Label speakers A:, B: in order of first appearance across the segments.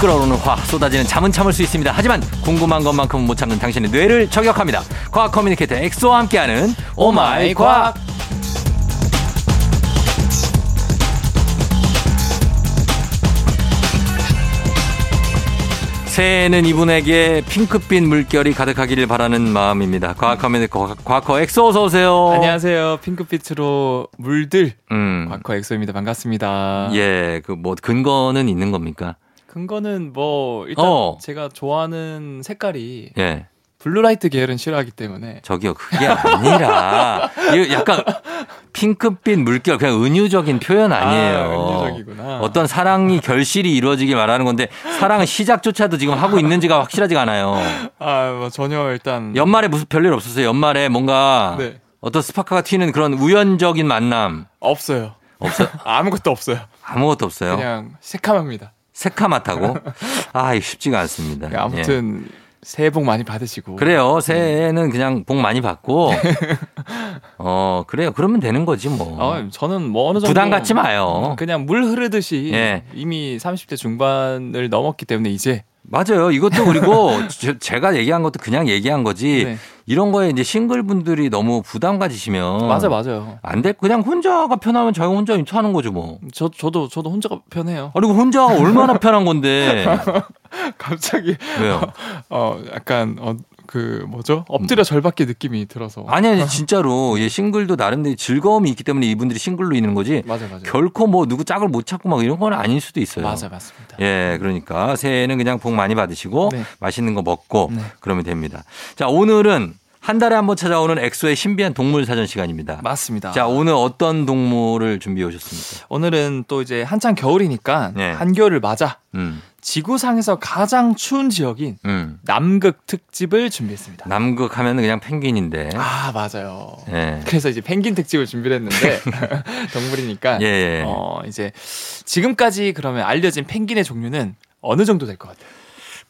A: 끓어오르는 화 쏟아지는 잠은 참을 수 있습니다. 하지만 궁금한 것만큼은 못 참는 당신의 뇌를 저격합니다. 과학 커뮤니케이터 엑소와 함께하는 오마이 과학. 새해에는 이분에게 핑크빛 물결이 가득하기를 바라는 마음입니다. 과학 커뮤니케이터 과커 엑소 어서 오세요.
B: 안녕하세요. 핑크빛으로 물들
A: 음.
B: 과커 엑소입니다. 반갑습니다.
A: 예, 그 뭐 근거는 있는 겁니까?
B: 근거는 뭐 일단
A: 어.
B: 제가 좋아하는 색깔이
A: 예.
B: 블루라이트 계열은 싫어하기 때문에
A: 저기요, 그게 아니라 이거 약간 핑크빛 물결 그냥 은유적인 표현 아니에요.
B: 아, 은유적이구나.
A: 어떤 사랑이 결실이 이루어지길 말하는 건데 사랑은 시작조차도 지금 하고 있는지가 확실하지가 않아요.
B: 아, 뭐 전혀 일단
A: 연말에 무슨 별일 없었어요. 연말에 뭔가
B: 네.
A: 어떤 스파크가 튀는 그런 우연적인 만남
B: 없어요.
A: 없어
B: 아무것도 없어요.
A: 아무것도 없어요.
B: 그냥 새카맣니다.
A: 새카맣다고. 아, 이거 쉽지가 않습니다. 예.
B: 아무튼 새해 복 많이 받으시고
A: 그래요. 새해는 그냥 복 많이 받고 어 그래요. 그러면 되는 거지 뭐.
B: 아, 저는 뭐 어느 정도
A: 부담 갖지 마요.
B: 그냥 물 흐르듯이
A: 예.
B: 이미 30대 중반을 넘었기 때문에 이제
A: 맞아요. 이것도 그리고 제- 제가 얘기한 것도 그냥 얘기한 거지
B: 네.
A: 이런 거에 이제 싱글분들이 너무 부담 가지시면
B: 맞아 맞아요.
A: 안 돼. 그냥 혼자가 편하면 자기 혼자 하는 거죠 뭐.
B: 저 저도 저도 혼자가 편해요.
A: 아, 그리고 혼자가 얼마나 편한 건데
B: 갑자기
A: 왜요?
B: 어 약간 어 그 뭐죠 엎드려 절박기 느낌이 들어서
A: 아니 아니 진짜로 예, 싱글도 나름대로 즐거움이 있기 때문에 이분들이 싱글로 있는 거지
B: 맞아 맞아
A: 결코 뭐 누구 짝을 못 찾고 막 이런 건 아닐 수도 있어요.
B: 맞아 맞습니다.
A: 예, 그러니까 새해에는 그냥 복 많이 받으시고
B: 네.
A: 맛있는 거 먹고
B: 네.
A: 그러면 됩니다. 자, 오늘은 한 달에 한 번 찾아오는 엑소의 신비한 동물 사전 시간입니다.
B: 맞습니다.
A: 자, 오늘 어떤 동물을 준비해 오셨습니까?
B: 오늘은 또 이제 한창 겨울이니까 예.
A: 네.
B: 한겨울을 맞아
A: 음,
B: 지구상에서 가장 추운 지역인
A: 음.
B: 남극 특집을 준비했습니다.
A: 남극 하면 은 그냥 펭귄인데.
B: 아 맞아요.
A: 예.
B: 그래서 이제 펭귄 특집을 준비했는데 동물이니까
A: 예, 예.
B: 어 이제 지금까지 그러면 알려진 펭귄의 종류는 어느 정도 될 것 같아요?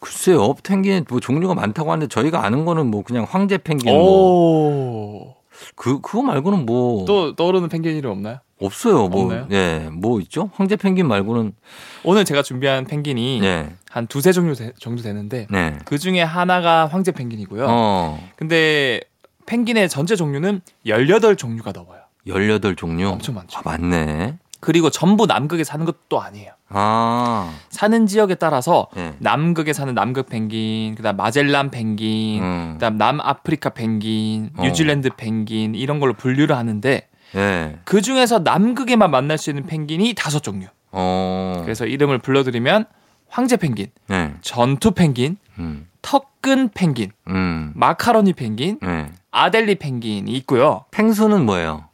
A: 글쎄요, 펭귄 뭐 종류가 많다고 하는데 저희가 아는 거는 뭐 그냥 황제 펭귄 뭐.
B: 오.
A: 그, 그거 말고는 뭐.
B: 또 떠오르는 펭귄 이름 없나요?
A: 없어요. 뭐.
B: 없나요?
A: 예. 뭐 있죠? 황제 펭귄 말고는.
B: 오늘 제가 준비한 펭귄이
A: 예.
B: 한 두세 종류 되- 정도 되는데
A: 네.
B: 그 중에 하나가 황제 펭귄이고요.
A: 어.
B: 근데 펭귄의 전체 종류는 18 종류가 넘어요.
A: 18종류.
B: 엄청 많죠.
A: 아, 맞네.
B: 그리고 전부 남극에 사는 것도 아니에요.
A: 아,
B: 사는 지역에 따라서
A: 예.
B: 남극에 사는 남극 펭귄, 그다음 마젤란 펭귄,
A: 음.
B: 그다음 남아프리카 펭귄,
A: 어.
B: 뉴질랜드 펭귄 이런 걸로 분류를 하는데
A: 예.
B: 그 중에서 남극에만 만날 수 있는 펭귄이 다섯 종류.
A: 어.
B: 그래서 이름을 불러드리면 황제 펭귄,
A: 예.
B: 전투 펭귄,
A: 음.
B: 턱근 펭귄,
A: 음.
B: 마카로니 펭귄,
A: 예.
B: 아델리 펭귄이 있고요.
A: 펭수는 뭐예요?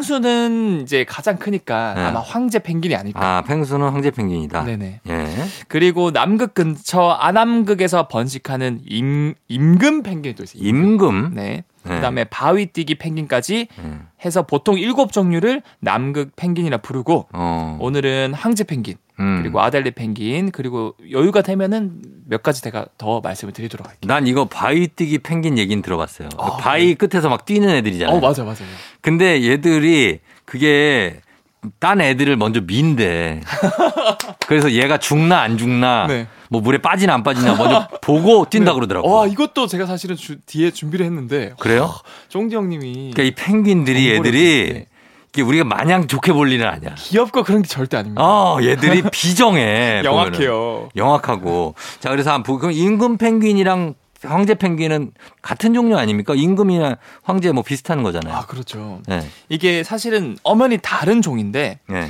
B: 펭수는 이제 가장 크니까
A: 네.
B: 아마 황제 펭귄이 아닐까.
A: 아, 펭수는 황제 펭귄이다.
B: 네네.
A: 예.
B: 그리고 남극 근처 아남극에서 번식하는 임, 임금 펭귄이 또 있어요.
A: 임금.
B: 네.
A: 네.
B: 그다음에 바위뛰기 penguin까지
A: 예.
B: 해서 보통 일곱 종류를 남극 펭귄이라 부르고
A: 어.
B: 오늘은 황제 펭귄
A: 음.
B: 그리고 아델리 펭귄 그리고 여유가 되면은 몇 가지 제가 더 말씀을 드리도록 할게요.
A: 난 이거 바위 뛰기 펭귄 얘기는 들어봤어요.
B: 아,
A: 바위 끝에서 막 뛰는 애들이잖아요.
B: 어 맞아 맞아.
A: 근데 얘들이 그게 딴 애들을 먼저 민대. 그래서 얘가 죽나 안 죽나,
B: 네.
A: 뭐 물에 빠지나 안 빠지나 먼저 보고 뛴다 그러더라고.
B: 와 이것도 제가 사실은 주- 뒤에 준비를 했는데
A: 그래요?
B: 쫑디 형님이
A: 그러니까 이 펭귄들이
B: 정보를
A: 얘들이
B: 줬네.
A: 이게 우리가 마냥 좋게 볼 일은 아니야.
B: 귀엽고 그런 게 절대 아닙니다.
A: 어, 얘들이
B: 네,
A: 비정해. 보면은.
B: 음. 영악해요.
A: 영악하고. 자, 그래서 한번 보고 그럼 임금 펭귄이랑 황제 펭귄은 같은 종류 아닙니까? 임금이나 황제 뭐 비슷한 거잖아요.
B: 아 그렇죠.
A: 예.
B: 이게 사실은 엄연히 다른 종인데
A: 예.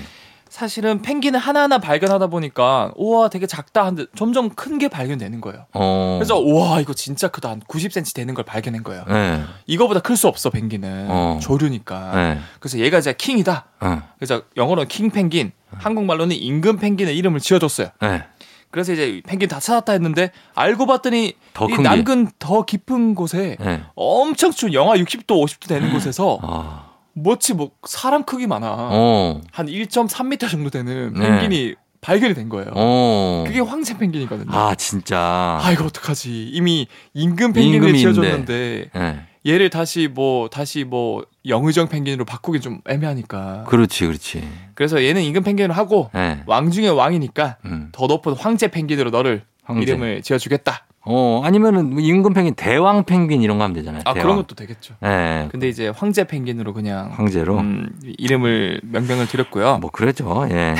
B: 사실은 펭귄을 하나하나 발견하다 보니까 우와 되게 작다 하는데 점점 큰 게 발견되는 거예요.
A: 어.
B: 그래서 우와 이거 진짜 크다 한 90cm 되는 걸 발견한 거예요.
A: 예.
B: 이거보다 클 수 없어 펭귄은
A: 어.
B: 조류니까.
A: 예.
B: 그래서 얘가 이제 킹이다.
A: 어.
B: 그래서 영어로는 킹 펭귄,
A: 네.
B: 한국말로는 임금 펭귄의 이름을 지어줬어요.
A: 예.
B: 그래서 이제 펭귄 다 찾았다 했는데 알고 봤더니
A: 더
B: 이
A: 큰 게.
B: 남근 더 깊은 곳에
A: 예.
B: 엄청 추운 영하 60도 50도
A: 어.
B: 되는 곳에서
A: 아.
B: 뭐지 뭐 사람 크기 많아.
A: 어.
B: 한 1.3m 정도 되는
A: 네.
B: 펭귄이 발견이 된 거예요.
A: 어.
B: 그게 황새 펭귄이거든요. 아,
A: 아, 진짜.
B: 이거 어떡하지? 이미 임금 펭귄을
A: 임금인데.
B: 지어줬는데
A: 예.
B: 얘를 다시 뭐 다시 뭐 영의정 펭귄으로 바꾸긴 좀 애매하니까.
A: 그 그렇지, 그렇지.
B: 그래서 얘는 임금 펭귄을 하고
A: 예.
B: 왕 중에 왕이니까
A: 음.
B: 더 높은 황제 펭귄으로 너를
A: 황제.
B: 이름을 지어주겠다.
A: 어, 아니면은 뭐 임금 펭귄, 대왕 펭귄 이런 거 하면 되잖아요.
B: 아
A: 대왕.
B: 그런 것도 되겠죠.
A: 예.
B: 근데 이제 황제 펭귄으로 그냥
A: 황제로.
B: 음, 이름을 명명을 드렸고요.
A: 뭐 그랬죠. 예.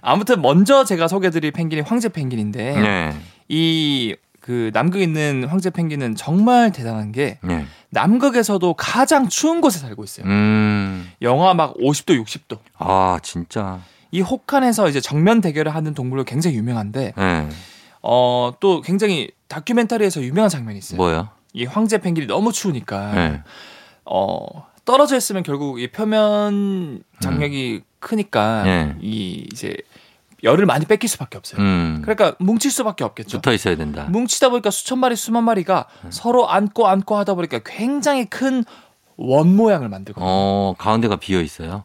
B: 아무튼 먼저 제가 소개드릴 펭귄이 황제 펭귄인데
A: 예.
B: 이 그 남극에 있는 황제 펭귄은 정말 대단한 게
A: 예.
B: 남극에서도 가장 추운 곳에 살고 있어요.
A: 음.
B: 영하 막 50도, 60도.
A: 아, 진짜.
B: 이 혹한에서 이제 정면 대결을 하는 동물로 굉장히 유명한데
A: 예.
B: 어 또 굉장히 다큐멘터리에서 유명한 장면이 있어요.
A: 뭐요?
B: 이 황제 펭귄이 너무 추우니까
A: 예.
B: 어 떨어져 있으면 결국 이 표면
A: 음.
B: 장력이 크니까
A: 예.
B: 이 이제 열을 많이 뺏길 수밖에 없어요.
A: 음.
B: 그러니까 뭉칠 수밖에 없겠죠.
A: 붙어 있어야 된다.
B: 뭉치다 보니까 수천 마리 수만 마리가 서로 안고 안고 하다 보니까 굉장히 큰 원 모양을 만들고
A: 어, 가운데가 비어 있어요.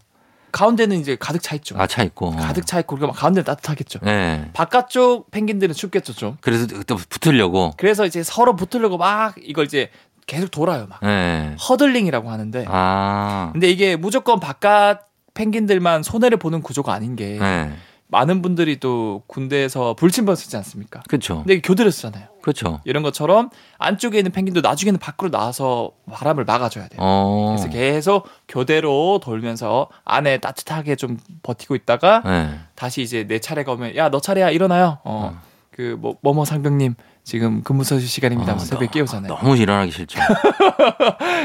B: 가운데는 이제 가득 차 있죠.
A: 아, 차 있고.
B: 가득 차 있고 그러니까 가운데는 따뜻하겠죠.
A: 예.
B: 바깥쪽 펭귄들은 춥겠죠 좀.
A: 그래서 또 붙으려고.
B: 그래서 이제 서로 붙으려고 막 이걸 이제 계속 돌아요 막
A: 예.
B: 허들링이라고 하는데
A: 아.
B: 근데 이게 무조건 바깥 펭귄들만 손해를 보는 구조가 아닌 게
A: 예.
B: 많은 분들이 또 군대에서 불침번 쓰지 않습니까?
A: 그렇죠.
B: 근데 이게 교대로 쓰잖아요.
A: 그렇죠.
B: 이런 것처럼 안쪽에 있는 펭귄도 나중에는 밖으로 나와서 바람을 막아줘야 돼요.
A: 어.
B: 그래서 계속 교대로 돌면서 안에 따뜻하게 좀 버티고 있다가
A: 예.
B: 다시 이제 내 차례가 오면 야 너 차례야 일어나요. 어. 그 뭐, 뭐뭐 상병님 지금 근무 서실 시간입니다.
A: 어,
B: 하면서 새벽에 깨우잖아요.
A: 너무 어. 일어나기 싫죠.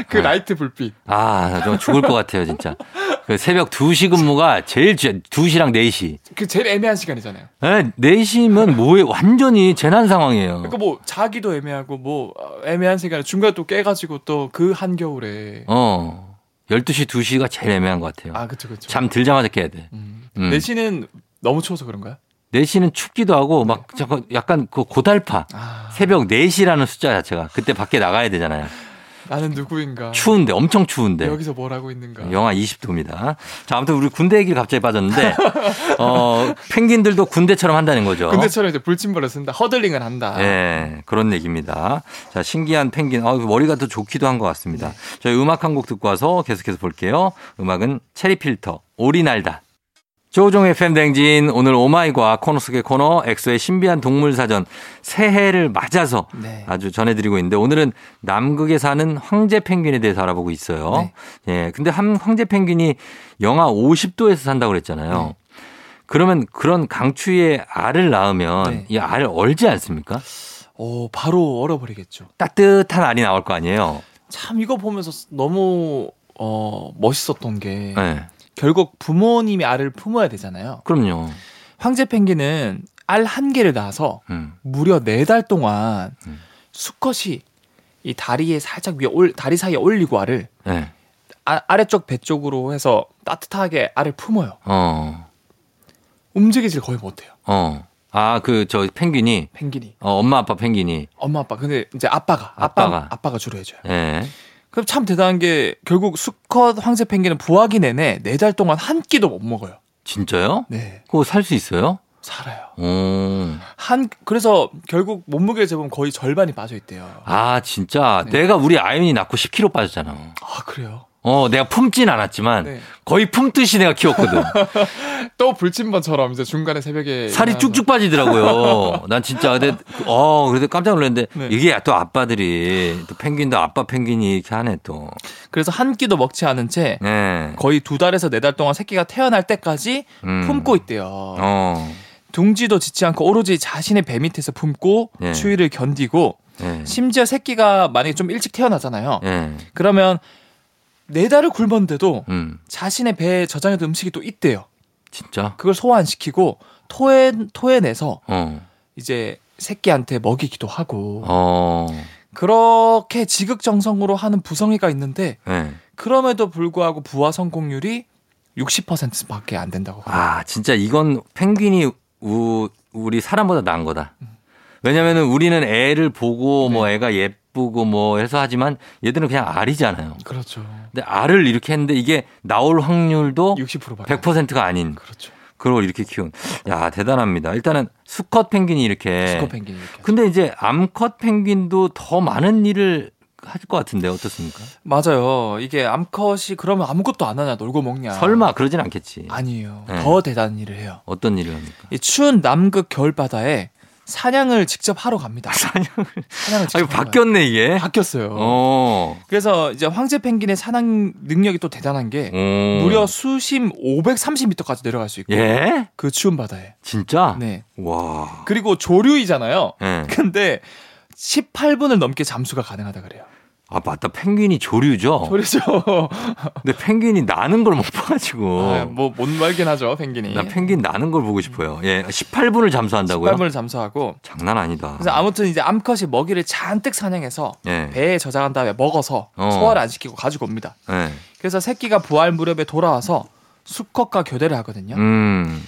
B: 그 라이트 불빛.
A: 아, 나좀 죽을 것 같아요, 진짜. 그 새벽 2시 근무가 제일, 쥐- 2시랑 4시.
B: 그 제일 애매한 시간이잖아요.
A: 네, 4시면 뭐에 완전히 재난 상황이에요.
B: 그러니까 뭐 자기도 애매하고 뭐 어, 애매한 시간에 중간에 또 깨가지고 또 그 한겨울에
A: 어. 12시, 2시가 제일 애매한 것 같아요.
B: 아 그쵸 그쵸.
A: 잠 들자마자 깨야 돼.
B: 음.
A: 음.
B: 내신은 너무 추워서 그런가요?
A: 4시는 춥기도 하고 막 잠깐 약간 그 고달파.
B: 아
A: 새벽 4시라는 숫자 자체가 그때 밖에 나가야 되잖아요.
B: 나는 누구인가?
A: 추운데, 네. 엄청 추운데.
B: 여기서 뭘 하고 있는가?
A: 영하 20도입니다. 자, 아무튼 우리 군대 얘기를 갑자기 빠졌는데, 어, 펭귄들도 군대처럼 한다는 거죠.
B: 근데처럼 이제 불침벌을 쓴다. 허들링을 한다.
A: 어? 예, 그런 얘기입니다. 자, 신기한 펭귄. 아, 머리가 더 좋기도 한 것
B: 네.
A: 같습니다. 저희 음악 한 곡 듣고 와서 계속해서 볼게요. 음악은 체리필터, 오리 날다. 조종의 팬댕진 오늘 오마이과 코너 속의 코너 엑소의 신비한 동물 사전 새해를 맞아서
B: 네.
A: 아주 전해드리고 있는데 오늘은 남극에 사는 황제 펭귄에 대해서 알아보고 있어요.
B: 네.
A: 예, 근데 한 황제 펭귄이 영하 50도에서 산다고 그랬잖아요.
B: 네.
A: 그러면 그런 강추위에 알을 낳으면
B: 네.
A: 이 알을 얼지 않습니까?
B: 오 어, 바로 얼어버리겠죠.
A: 따뜻한 알이 나올 거 아니에요.
B: 참 이거 보면서 너무 어 멋있었던 게
A: 네.
B: 결국 부모님이 알을 품어야 되잖아요.
A: 그럼요.
B: 황제 펭귄은 알 한 개를 낳아서
A: 음.
B: 무려 네 달 동안
A: 음.
B: 수컷이 이 다리에 살짝 위에 올 다리 사이에 올리고 알을
A: 네.
B: 아, 아래쪽 배 쪽으로 해서 따뜻하게 알을 품어요.
A: 어.
B: 움직이질 거의 못해요.
A: 어. 아, 그 저 펭귄이
B: 펭귄이
A: 어, 엄마 아빠 펭귄이.
B: 엄마 아빠 근데 이제 아빠가 아빠가
A: 아빠가.
B: 아빠가 주로 해줘요.
A: 예.
B: 그럼 참 대단한 게 결국 수컷 황제 펭귄은 부화기 내내 네 달 동안 한 끼도 못 먹어요.
A: 진짜요?
B: 네
A: 그거 살 수 있어요?
B: 살아요.
A: 오.
B: 한 그래서 결국 몸무게 재보면 거의 절반이 빠져 있대요.
A: 아, 진짜
B: 네.
A: 내가 우리 아윤이 낳고 10kg 빠졌잖아.
B: 아 그래요?
A: 어, 내가 품진 않았지만
B: 네.
A: 거의 품듯이 내가 키웠거든.
B: 또 불침번처럼 이제 중간에 새벽에
A: 살이
B: 일어나서
A: 쭉쭉 빠지더라고요. 난 진짜 근데 어, 그래도 깜짝 놀랐는데
B: 네.
A: 이게 또 아빠들이 또 펭귄도 아빠 펭귄이 이렇게 하네 또.
B: 그래서 한 끼도 먹지 않은 채
A: 네.
B: 거의 두 달에서 네 달 동안 새끼가 태어날 때까지
A: 음.
B: 품고 있대요.
A: 어.
B: 둥지도 짓지 않고 오로지 자신의 배 밑에서 품고
A: 예.
B: 추위를 견디고
A: 네.
B: 심지어 새끼가 만약에 좀 일찍 태어나잖아요.
A: 예.
B: 그러면 네 달을 굶었는데도
A: 음.
B: 자신의 배에 저장해둔 음식이 또 있대요.
A: 진짜?
B: 그걸 소화시키고 토해 토해내서
A: 어.
B: 이제 새끼한테 먹이기도 하고
A: 어.
B: 그렇게 지극정성으로 하는 부성애가 있는데
A: 예.
B: 그럼에도 불구하고 부화 성공률이 60%밖에 안 된다고.
A: 아, 진짜 이건 펭귄이 우, 우리 사람보다 나은 거다. 왜냐면은 우리는 애를 보고
B: 네.
A: 뭐 애가 예쁘고 뭐 해서 하지만 얘들은 그냥 알이잖아요.
B: 그렇죠.
A: 근데 알을 이렇게 했는데 이게 나올 확률도
B: 60%밖에.
A: 100%가 아닌
B: 그렇죠.
A: 그걸 이렇게 키운. 야, 대단합니다. 일단은 수컷 펭귄이 이렇게 그
B: 수컷 펭귄 이렇게.
A: 근데 이제 암컷 펭귄도 더 많은 일을 할 것 같은데 어떻습니까?
B: 맞아요. 이게 암컷이 그러면 아무것도 안 하냐 놀고 먹냐.
A: 설마 그러진 않겠지.
B: 아니에요.
A: 네.
B: 더 대단한 일을 해요.
A: 어떤 일을 합니까?
B: 이 추운 남극 겨울바다에 사냥을 직접 하러 갑니다.
A: 사냥을.
B: 사냥을
A: 아,
B: 직접
A: 이거
B: 하러 가요.
A: 바뀌었네, 이게.
B: 바뀌었어요.
A: 어.
B: 그래서 이제 황제 펭귄의 사냥 능력이 또 대단한
A: 어.
B: 게
A: 오.
B: 무려 수심 530m까지 내려갈 수 있고
A: 예?
B: 그 추운 바다에.
A: 진짜?
B: 네.
A: 와.
B: 그리고 조류이잖아요.
A: 예.
B: 근데 18분을 넘게 잠수가 가능하다 그래요.
A: 아, 맞다. 펭귄이 조류죠?
B: 조류죠.
A: 근데 펭귄이 나는 걸 못 봐가지고.
B: 아, 뭐못 말긴 하죠 펭귄이.
A: 나 펭귄 나는 걸 보고 싶어요. 예. 18분을 잠수한다고요?
B: 18분을 잠수하고
A: 장난 아니다.
B: 그래서 아무튼 이제 암컷이 먹이를 잔뜩 사냥해서
A: 예.
B: 배에 저장한 다음에 먹어서
A: 어.
B: 소화를 안 시키고 가지고 옵니다.
A: 예.
B: 그래서 새끼가 부활 무렵에 돌아와서 수컷과 교대를 하거든요.
A: 음.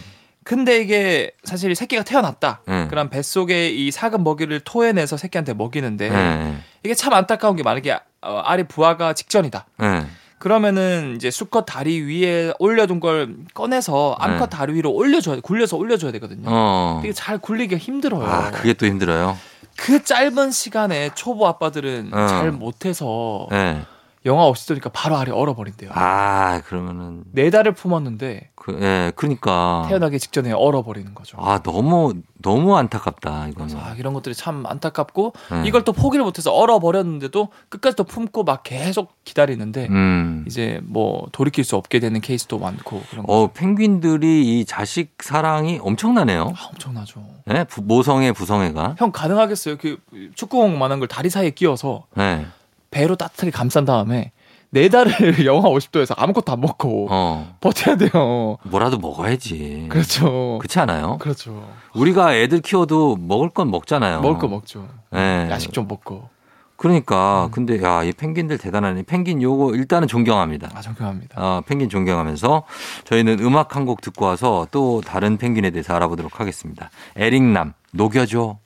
B: 근데 이게 사실 새끼가 태어났다.
A: 예.
B: 그럼 뱃속에 이 사금 먹이를 토해내서 새끼한테 먹이는데
A: 예.
B: 이게 참 안타까운 게 만약에 어, 알이 부화가 직전이다.
A: 예.
B: 그러면은 이제 수컷 다리 위에 올려둔 걸 꺼내서 암컷
A: 네.
B: 다리 위로 올려줘야 굴려서 올려줘야 되거든요.
A: 어.
B: 되게 잘 굴리기가 힘들어요.
A: 아, 그게 또 힘들어요.
B: 그 짧은 시간에 초보 아빠들은
A: 어.
B: 잘 못해서
A: 예.
B: 영화 없이 뜨니까 바로 알이 얼어버린대요.
A: 아, 그러면은
B: 네 달을 품었는데
A: 그 예, 그러니까
B: 태어나기 직전에 얼어버리는 거죠.
A: 아, 너무 너무 안타깝다, 이거는.
B: 그래서 아, 이런 것들이 참 안타깝고
A: 예.
B: 이걸 또 포기를 못해서 얼어버렸는데도 끝까지 또 품고 막 계속 기다리는데
A: 음.
B: 이제 뭐 돌이킬 수 없게 되는 케이스도 많고 그런 거
A: 어, 펭귄들이 이 자식 사랑이 엄청나네요.
B: 아, 엄청나죠.
A: 예? 부- 모성애, 부성애가.
B: 형 가능하겠어요? 그 축구공만한 걸 다리 사이에 끼워서
A: 예.
B: 배로 따뜻하게 감싼 다음에 네 달을 영하 50도에서 아무것도 안 먹고
A: 어.
B: 버텨야 돼요.
A: 뭐라도 먹어야지.
B: 그렇죠.
A: 그렇지 않아요?
B: 그렇죠.
A: 우리가 애들 키워도 먹을 건 먹잖아요.
B: 먹을 거 먹죠.
A: 어. 예.
B: 야식 좀 먹고.
A: 그러니까
B: 음.
A: 근데 야, 이 펭귄들 대단하네. 펭귄 요거 일단은 존경합니다.
B: 아, 정경합니다.
A: 아, 펭귄 존경하면서 저희는 음악 한 곡 듣고 와서 또 다른 펭귄에 대해서 알아보도록 하겠습니다. 에릭남 녹여줘.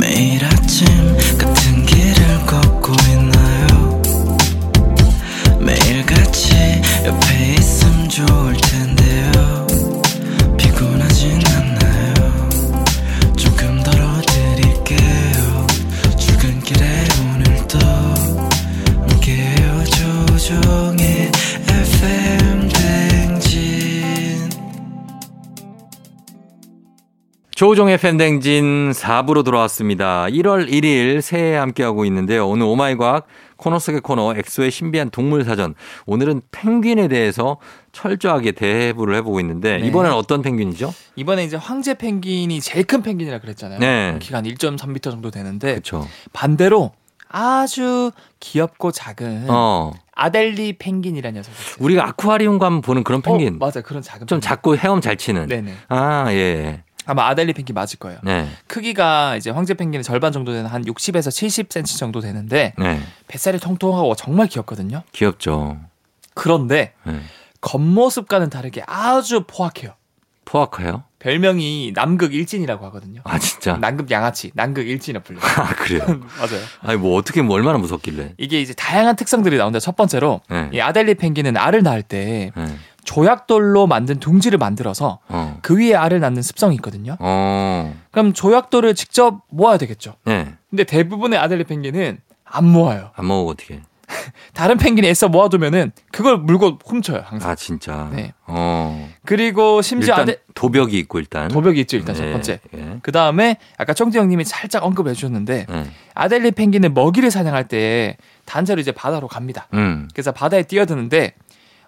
C: 매일 아침 같은 길을 걷고 있나요 매일 같이 옆에 있음 좋을 텐데요 피곤하진 않나요 조금 덜어드릴게요 출근길에 오늘도 함께해요 조종의 FM 댕진
A: 조종의 팬댕진 4부로 돌아왔습니다. 1월 1일 새해에 함께하고 있는데요. 오늘 오마이과학 코너 속의 코너 엑소의 신비한 동물 사전. 오늘은 펭귄에 대해서 철저하게 대해부를 해보고 있는데
B: 네.
A: 이번엔 어떤 펭귄이죠?
B: 이번에 이제 황제 펭귄이 제일 큰 펭귄이라 그랬잖아요.
A: 네.
B: 키가 한 1.3m 정도 되는데
A: 그렇죠.
B: 반대로 아주 귀엽고 작은
A: 어,
B: 아델리 펭귄이라는 녀석이 있어요.
A: 우리가 아쿠아리움 가면 보는 그런 펭귄.
B: 어, 맞아. 그런 작은
A: 좀
B: 펭귄.
A: 작고 헤엄 잘 치는.
B: 네네.
A: 아, 예.
B: 아마 아델리 펭귄 맞을 거예요.
A: 네.
B: 크기가 이제 황제 펭귄의 절반 정도 되는 한 60에서 70cm 정도 되는데
A: 네.
B: 뱃살이 통통하고 정말 귀엽거든요.
A: 귀엽죠.
B: 그런데
A: 네.
B: 겉모습과는 다르게 아주 포악해요.
A: 포악해요?
B: 별명이 남극 일진이라고 하거든요.
A: 아, 진짜.
B: 남극 양아치, 남극 일진이라 불려요.
A: 아, 그래요?
B: 맞아요.
A: 아니, 뭐 어떻게 뭐 얼마나 무섭길래.
B: 이게 이제 다양한 특성들이 나오는데 첫 번째로
A: 네.
B: 이 아델리 펭귄은 알을 낳을 때
A: 네.
B: 조약돌로 만든 둥지를 만들어서
A: 어.
B: 그 위에 알을 낳는 습성이 있거든요.
A: 어.
B: 그럼 조약돌을 직접 모아야 되겠죠.
A: 네.
B: 근데 대부분의 아델리 펭귄은 안 모아요.
A: 안 먹어 어떻게?
B: 다른 펭귄이 애써 모아두면은 그걸 물고 훔쳐요 항상.
A: 아 진짜.
B: 네.
A: 어.
B: 그리고 심지어
A: 일단
B: 아델
A: 도벽이 있고 일단.
B: 도벽이 있죠 일단 첫
A: 예,
B: 번째.
A: 예.
B: 그 다음에 아까 청지 형님이 살짝 언급해 주셨는데
A: 예.
B: 아델리 펭귄은 먹이를 사냥할 때 단체로 이제 바다로 갑니다.
A: 음.
B: 그래서 바다에 뛰어드는데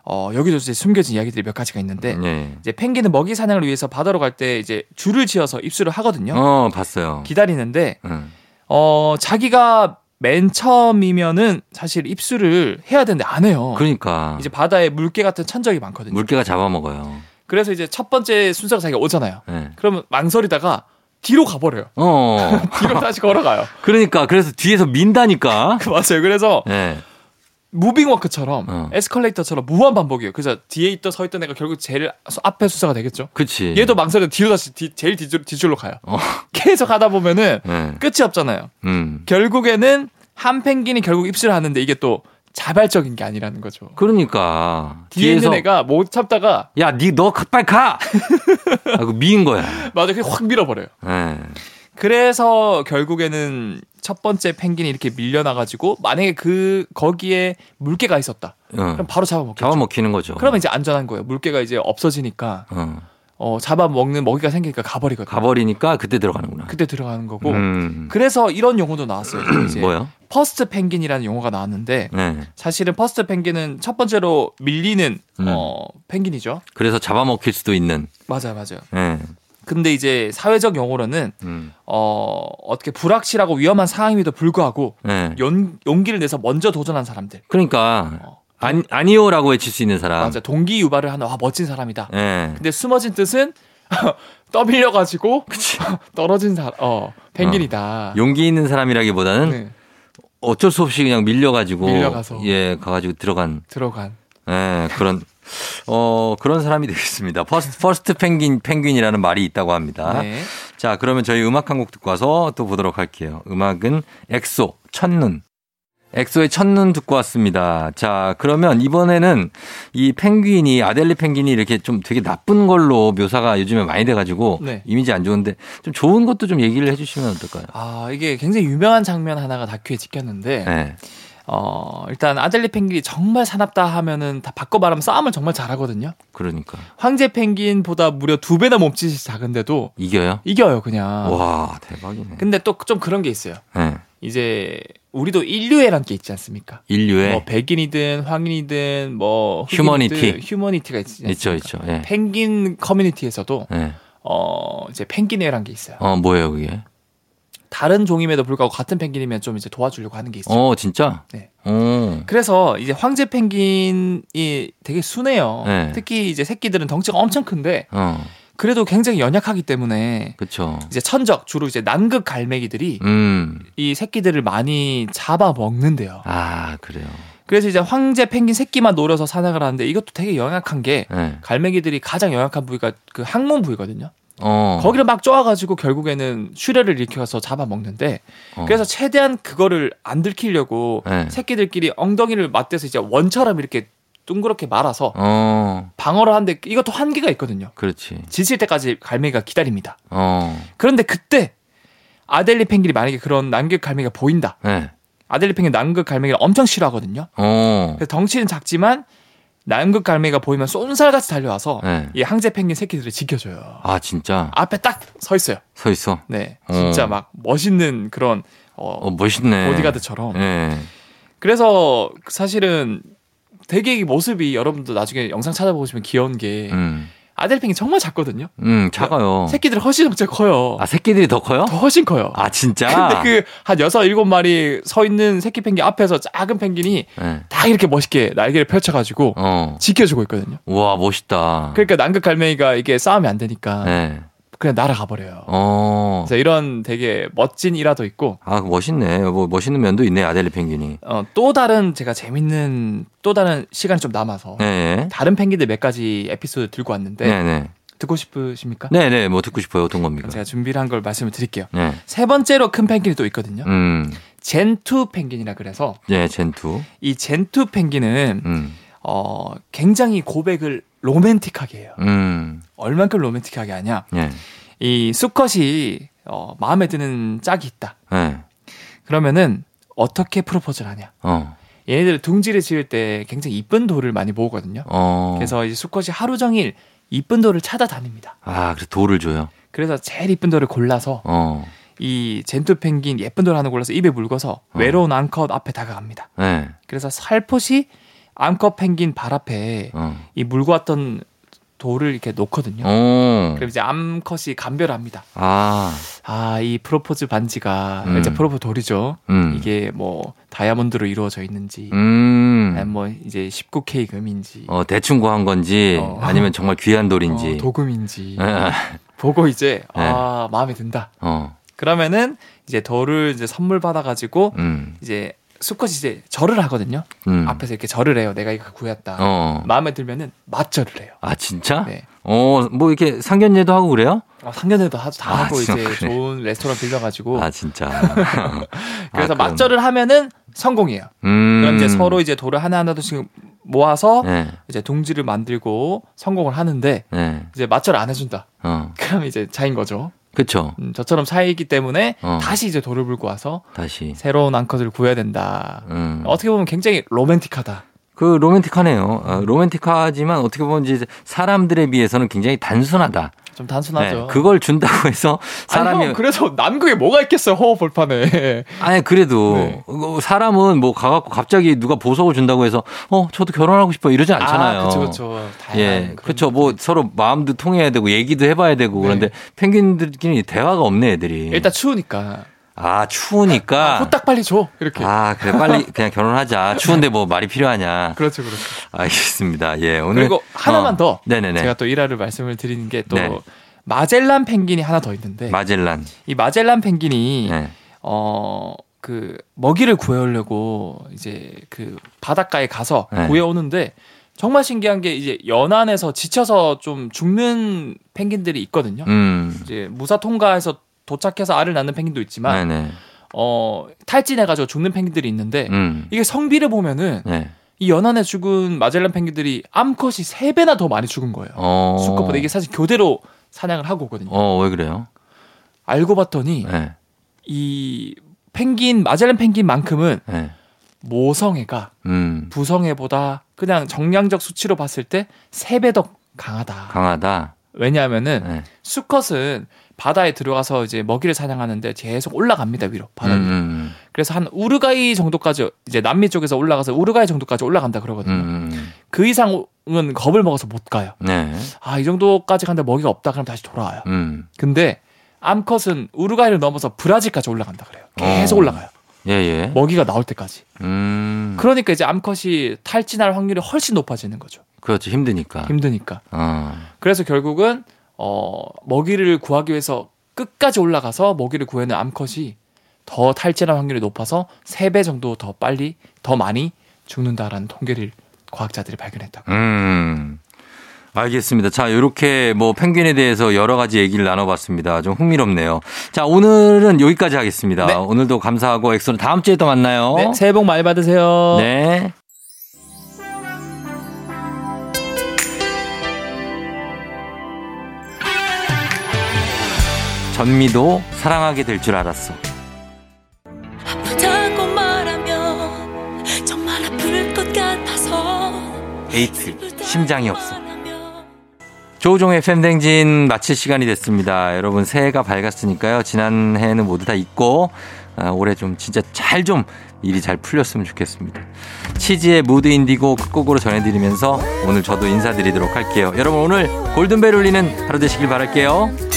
B: 어, 여기서 이제 숨겨진 이야기들이 몇 가지가 있는데
A: 예.
B: 이제 펭귄은 먹이 사냥을 위해서 바다로 갈 때 이제 줄을 지어서 입수를 하거든요.
A: 어 봤어요. 네.
B: 기다리는데
A: 응.
B: 어 자기가 맨 처음이면은 사실 입수를 해야 되는데 안 해요.
A: 그러니까
B: 이제 바다에 물개 같은 천적이 많거든요.
A: 물개가 잡아먹어요.
B: 그래서 이제 첫 번째 순서가 자기가 오잖아요.
A: 예.
B: 그러면 망설이다가 뒤로 가버려요.
A: 어.
B: 뒤로 다시 걸어가요.
A: 그러니까 그래서 뒤에서 민다니까.
B: 맞아요. 그래서
A: 예.
B: 무빙워크처럼
A: 어.
B: 에스컬레이터처럼 무한 반복이에요. 그래서 뒤에 있던 서 있던 애가 결국 제일 수- 앞에 수사가 되겠죠.
A: 그치.
B: 얘도 망설이다 뒤로 다시 뒤- 제일 뒤줄, 뒤줄로 가요.
A: 예. 어.
B: 계속 가다 보면은
A: 예.
B: 끝이 없잖아요.
A: 음.
B: 결국에는 한 펭귄이 결국 입수를 하는데 이게 또 자발적인 게 아니라는 거죠.
A: 그러니까
B: 뒤에
A: 뒤에서
B: 있는 애가 못 참다가
A: 야, 니너 빨리 가. 하고 미인 거야.
B: 맞아 그냥 확 밀어버려요.
A: 예.
B: 그래서 결국에는 첫 번째 펭귄이 이렇게 밀려나가지고 만약에 그 거기에 물개가 있었다.
A: 어.
B: 그럼 바로 잡아먹겠죠.
A: 잡아먹히는 거죠.
B: 그러면 이제 안전한 거예요. 물개가 이제 없어지니까
A: 어.
B: 어, 잡아먹는 먹이가 생기니까 가버리거든요.
A: 가버리니까 그때 들어가는구나.
B: 그때 뭐, 들어가는 거고.
A: 음.
B: 그래서 이런 용어도 나왔어요. 이제
A: 뭐요?
B: 퍼스트 펭귄이라는 용어가 나왔는데
A: 네.
B: 사실은 퍼스트 펭귄은 첫 번째로 밀리는
A: 음.
B: 어, 펭귄이죠.
A: 그래서 잡아먹힐 수도 있는.
B: 맞아요, 맞아요.
A: 예.
B: 근데 이제 사회적 용어로는
A: 음.
B: 어, 어떻게 불확실하고 위험한 상황임에도 불구하고
A: 예.
B: 연- 용기를 내서 먼저 도전한 사람들.
A: 그러니까
B: 어,
A: 아니, 아니요라고 외칠 수 있는 사람.
B: 맞아. 동기 유발을 하는 와 멋진 사람이다.
A: 예.
B: 근데 숨어진 뜻은 떠밀려 가지고 떨어진 사람 어, 펭귄이다.
A: 용기 있는 아. 사람이라기보다는
B: 네,
A: 어쩔 수 없이 그냥 밀려가지고
B: 밀려가서.
A: 예 가가지고 들어간
B: 들어간.
A: 예 그런 어 그런 사람이 되겠습니다. 퍼스트, 퍼스트 펭귄 펭귄이라는 말이 있다고 합니다.
B: 네.
A: 자 그러면 저희 음악 한 곡 듣고 와서 또 보도록 할게요. 음악은 엑소 첫눈. 엑소의 첫눈 듣고 왔습니다. 자, 그러면 이번에는 이 펭귄이, 아델리 펭귄이 이렇게 좀 되게 나쁜 걸로 묘사가 요즘에 많이 돼가지고
B: 네.
A: 이미지 안 좋은데 좀 좋은 것도 좀 얘기를 해주시면 어떨까요?
B: 아, 이게 굉장히 유명한 장면 하나가 다큐에 찍혔는데
A: 네.
B: 어, 일단 아델리 펭귄이 정말 사납다 하면은 다 바꿔 말하면 싸움을 정말 잘하거든요.
A: 그러니까.
B: 황제 펭귄보다 무려 두 배나 몸짓이 작은데도
A: 이겨요?
B: 이겨요, 그냥.
A: 와, 대박이네.
B: 근데 또 좀 그런 게 있어요.
A: 네.
B: 이제 우리도 인류애란 게 있지 않습니까?
A: 인류의
B: 뭐 백인이든 황인이든 뭐 흑인이든
A: 휴머니티.
B: 휴머니티가 있지 않습니까?
A: 있죠, 있죠. 예.
B: 펭귄 커뮤니티에서도
A: 예.
B: 어 이제 펭귄애란 게 있어요.
A: 어, 뭐예요, 그게?
B: 다른 종임에도 불구하고 같은 펭귄이면 좀 이제 도와주려고 하는 게 있어요.
A: 어, 진짜?
B: 네.
A: 어.
B: 그래서 이제 황제 펭귄이 되게 순해요.
A: 네.
B: 특히 이제 새끼들은 덩치가 엄청 큰데
A: 어,
B: 그래도 굉장히 연약하기 때문에
A: 그쵸.
B: 이제 천적 주로 이제 남극 갈매기들이
A: 음.
B: 이 새끼들을 많이 잡아 먹는데요.
A: 아, 그래요.
B: 그래서 이제 황제 펭귄 새끼만 노려서 사냥을 하는데 이것도 되게 연약한 게
A: 예.
B: 갈매기들이 가장 연약한 부위가 그 항문 부위거든요.
A: 어.
B: 거기를 막 쪼아가지고 결국에는 출혈을 일으켜서 잡아먹는데
A: 어.
B: 그래서 최대한 그거를 안 들키려고
A: 예.
B: 새끼들끼리 엉덩이를 맞대서 이제 원처럼 이렇게 둥그렇게 말아서
A: 어.
B: 방어를 하는데 이것도 한계가 있거든요.
A: 그렇지.
B: 지칠 때까지 갈매기가 기다립니다.
A: 어.
B: 그런데 그때 아델리 펭귄이 만약에 그런 남극 갈매기가 보인다.
A: 예.
B: 아델리 펭귄 남극 갈매기를 엄청 싫어하거든요.
A: 어.
B: 그래서 덩치는 작지만 남극 갈매기가 보이면 쏜살같이 달려와서
A: 예.
B: 이 항제 펭귄 새끼들을 지켜줘요.
A: 아, 진짜?
B: 앞에 딱 서 있어요.
A: 서 있어.
B: 네, 진짜
A: 어.
B: 막 멋있는 그런 어,
A: 어, 멋있네.
B: 보디가드처럼.
A: 예.
B: 그래서 사실은 되게 이 모습이 여러분도 나중에 영상 찾아보시면 귀여운 게
A: 음.
B: 아델팽이 정말 작거든요.
A: 음, 작아요.
B: 예. 새끼들 훨씬 진짜 커요.
A: 아, 새끼들이 더 커요?
B: 더 훨씬 커요.
A: 아, 진짜?
B: 근데 그 한 여섯 일곱 마리 서 있는 새끼 펭귄 앞에서 작은 펭귄이
A: 예.
B: 다 이렇게 멋있게 날개를 펼쳐가지고
A: 어.
B: 지켜주고 있거든요.
A: 우와, 멋있다.
B: 그러니까 남극 갈매기가 이게 싸움이 안 되니까
A: 예.
B: 그냥 날아가 버려요.
A: 어.
B: 그래서 이런 되게 멋진 일화도 있고
A: 아, 멋있네. 뭐, 멋있는 면도 있네, 아델리 펭귄이.
B: 어, 또 다른 제가 재밌는 또 다른 시간이 좀 남아서
A: 네.
B: 다른 펭귄들 몇 가지 에피소드 들고 왔는데
A: 네, 네.
B: 듣고 싶으십니까?
A: 네, 네. 뭐 듣고 싶어요. 어떤 겁니까?
B: 제가 준비를 한 걸 말씀을 드릴게요.
A: 네.
B: 세 번째로 큰 펭귄이 또 있거든요.
A: 음.
B: 젠투 펭귄이라 그래서
A: 네, 젠투.
B: 이 젠투 펭귄은
A: 음.
B: 어, 굉장히 고백을 로맨틱하게 해요.
A: 음.
B: 얼만큼 로맨틱하게 하냐?
A: 네.
B: 이 수컷이 어, 마음에 드는 짝이 있다.
A: 네.
B: 그러면은 어떻게 프로포즈를 하냐?
A: 어.
B: 얘네들 둥지를 지을 때 굉장히 이쁜 돌을 많이 모으거든요.
A: 어.
B: 그래서 이제 수컷이 하루 종일 이쁜 돌을 찾아다닙니다.
A: 아, 그래서 돌을 줘요.
B: 그래서 제일 이쁜 돌을 골라서
A: 어.
B: 이 젠투 펭귄 예쁜 돌 하나 골라서 입에 물고서
A: 어.
B: 외로운 암컷 앞에 다가갑니다.
A: 네.
B: 그래서 살포시 암컷 펭귄 발 앞에
A: 어.
B: 이 물고 왔던 돌을 이렇게 놓거든요.
A: 어.
B: 그럼 이제 암컷이 감별합니다.
A: 아.
B: 아, 이 프로포즈 반지가
A: 음.
B: 이제 프로포즈 돌이죠.
A: 음.
B: 이게 뭐 다이아몬드로 이루어져 있는지,
A: 음.
B: 아니면 뭐 이제 19K 금인지,
A: 어, 대충 구한 건지
B: 어.
A: 아니면 정말 귀한 돌인지. 네.
B: 어, 도금인지
A: 예.
B: 보고 이제 아 마음에 든다.
A: 어.
B: 그러면은 이제 돌을 이제 선물 받아가지고
A: 음.
B: 이제 수컷이 이제 절을 하거든요.
A: 음.
B: 앞에서 이렇게 절을 해요. 내가 이거 구했다.
A: 어.
B: 마음에 들면은 맞절을 해요.
A: 아, 진짜?
B: 네.
A: 어, 뭐 이렇게 상견례도 하고 그래요?
B: 어, 상견례도 하- 다
A: 아,
B: 하고 이제
A: 진짜 그래.
B: 좋은 레스토랑 빌려가지고
A: 아, 진짜.
B: 뭐. 그래서
A: 아, 그럼.
B: 맞절을 하면은 성공이에요.
A: 음.
B: 그럼 이제 서로 이제 돌을 하나하나도 지금 모아서
A: 예.
B: 이제 동지를 만들고 성공을 하는데
A: 예.
B: 이제 마찰을 안 해준다.
A: 어.
B: 그럼 이제 차인 거죠.
A: 그쵸.
B: 음, 저처럼 사이이기 때문에
A: 어.
B: 다시 이제 돌을 불고 와서
A: 다시.
B: 새로운 앙컷을 구해야 된다.
A: 음.
B: 어떻게 보면 굉장히 로맨틱하다.
A: 그 로맨틱하네요. 어, 로맨틱하지만 어떻게 보면 이제 사람들에 비해서는 굉장히 단순하다.
B: 좀 단순하죠.
A: 네, 그걸 준다고 해서 사람이
B: 아니, 형, 그래서 남극에 뭐가 있겠어요 허허 볼판에
A: 아니 그래도
B: 네.
A: 어, 사람은 뭐 가갖고 갑자기 누가 보석을 준다고 해서 어 저도 결혼하고 싶어 이러지 않잖아요.
B: 그렇죠 그렇죠
A: 예, 그렇죠. 뭐 서로 마음도 통해야 되고 얘기도 해봐야 되고 그런데 펭귄들끼리 대화가 없네 애들이.
B: 네. 일단 추우니까
A: 아 추우니까.
B: 아, 호딱 빨리 줘 이렇게
A: 아, 그래 빨리 그냥 결혼하자. 추운데 뭐 말이 필요하냐.
B: 그렇죠 그렇죠
A: 알겠습니다. 예 오늘
B: 그리고 하나만
A: 어,
B: 더
A: 네네네.
B: 제가 또 일화를 말씀을 드리는 게 또
A: 네.
B: 마젤란 펭귄이 하나 더 있는데
A: 마젤란.
B: 이 마젤란 펭귄이
A: 예.
B: 어 그 먹이를 구해오려고 이제 그 바닷가에 가서
A: 네.
B: 구해오는데 정말 신기한 게 이제 연안에서 지쳐서 좀 죽는 펭귄들이 있거든요.
A: 음.
B: 이제 무사 통과해서 도착해서 알을 낳는 펭귄도 있지만
A: 네네.
B: 어 탈진해가지고 죽는 펭귄들이 있는데
A: 음.
B: 이게 성비를 보면은
A: 네.
B: 이 연안에 죽은 마젤란 펭귄들이 암컷이 세 배나 더 많이 죽은 거예요.
A: 어.
B: 수컷보다 이게 사실 교대로 사냥을 하고 오거든요.
A: 어왜 그래요?
B: 알고 봤더니
A: 네.
B: 이 펭귄 마젤란 펭귄만큼은
A: 네.
B: 모성애가
A: 음.
B: 부성애보다 그냥 정량적 수치로 봤을 때 세 배 더 강하다.
A: 강하다.
B: 왜냐하면은
A: 네.
B: 수컷은 바다에 들어가서 이제 먹이를 사냥하는데 계속 올라갑니다 위로 바다 위로.
A: 음,
B: 그래서 한 우루과이 정도까지 이제 남미 쪽에서 올라가서 우루과이 정도까지 올라간다
A: 음,
B: 그러거든요.
A: 음, 음.
B: 그 이상은 겁을 먹어서 못 가요.
A: 네.
B: 아, 이 정도까지 간데 먹이가 없다 그럼 다시 돌아와요.
A: 음.
B: 근데 암컷은 우루과이를 넘어서 브라질까지 올라간다 그래요. 계속
A: 어.
B: 올라가요.
A: 예, 예.
B: 먹이가 나올 때까지.
A: 음.
B: 그러니까 이제 암컷이 탈진할 확률이 훨씬 높아지는 거죠.
A: 그렇지. 힘드니까.
B: 힘드니까.
A: 어.
B: 그래서 결국은 어, 먹이를 구하기 위해서 끝까지 올라가서 먹이를 구해낸 암컷이 더 탈진할 확률이 높아서 세 배 정도 더 빨리 더 많이 죽는다라는 통계를 과학자들이 발견했다고.
A: 음. 알겠습니다. 자, 요렇게 뭐 펭귄에 대해서 여러 가지 얘기를 나눠봤습니다. 좀 흥미롭네요. 자, 오늘은 여기까지 하겠습니다.
B: 네.
A: 오늘도 감사하고 엑소는 다음 주에 또 만나요.
B: 네, 새해 복 많이 받으세요.
A: 네. 전미도 사랑하게 될 줄 알았어.
D: 아프다고 말하면 정말 아플 것 같아서
A: 에이트 심장이 없어.
D: 말하면
A: 조종의 팬댕진 마칠 시간이 됐습니다. 여러분 새해가 밝았으니까요. 지난해는 모두 다 잊고 아, 올해 좀 진짜 잘 좀 일이 잘 풀렸으면 좋겠습니다. 치즈의 무드 인디고 그 끝곡으로 전해드리면서 오늘 저도 인사드리도록 할게요. 여러분 오늘 골든벨 울리는 하루 되시길 바랄게요.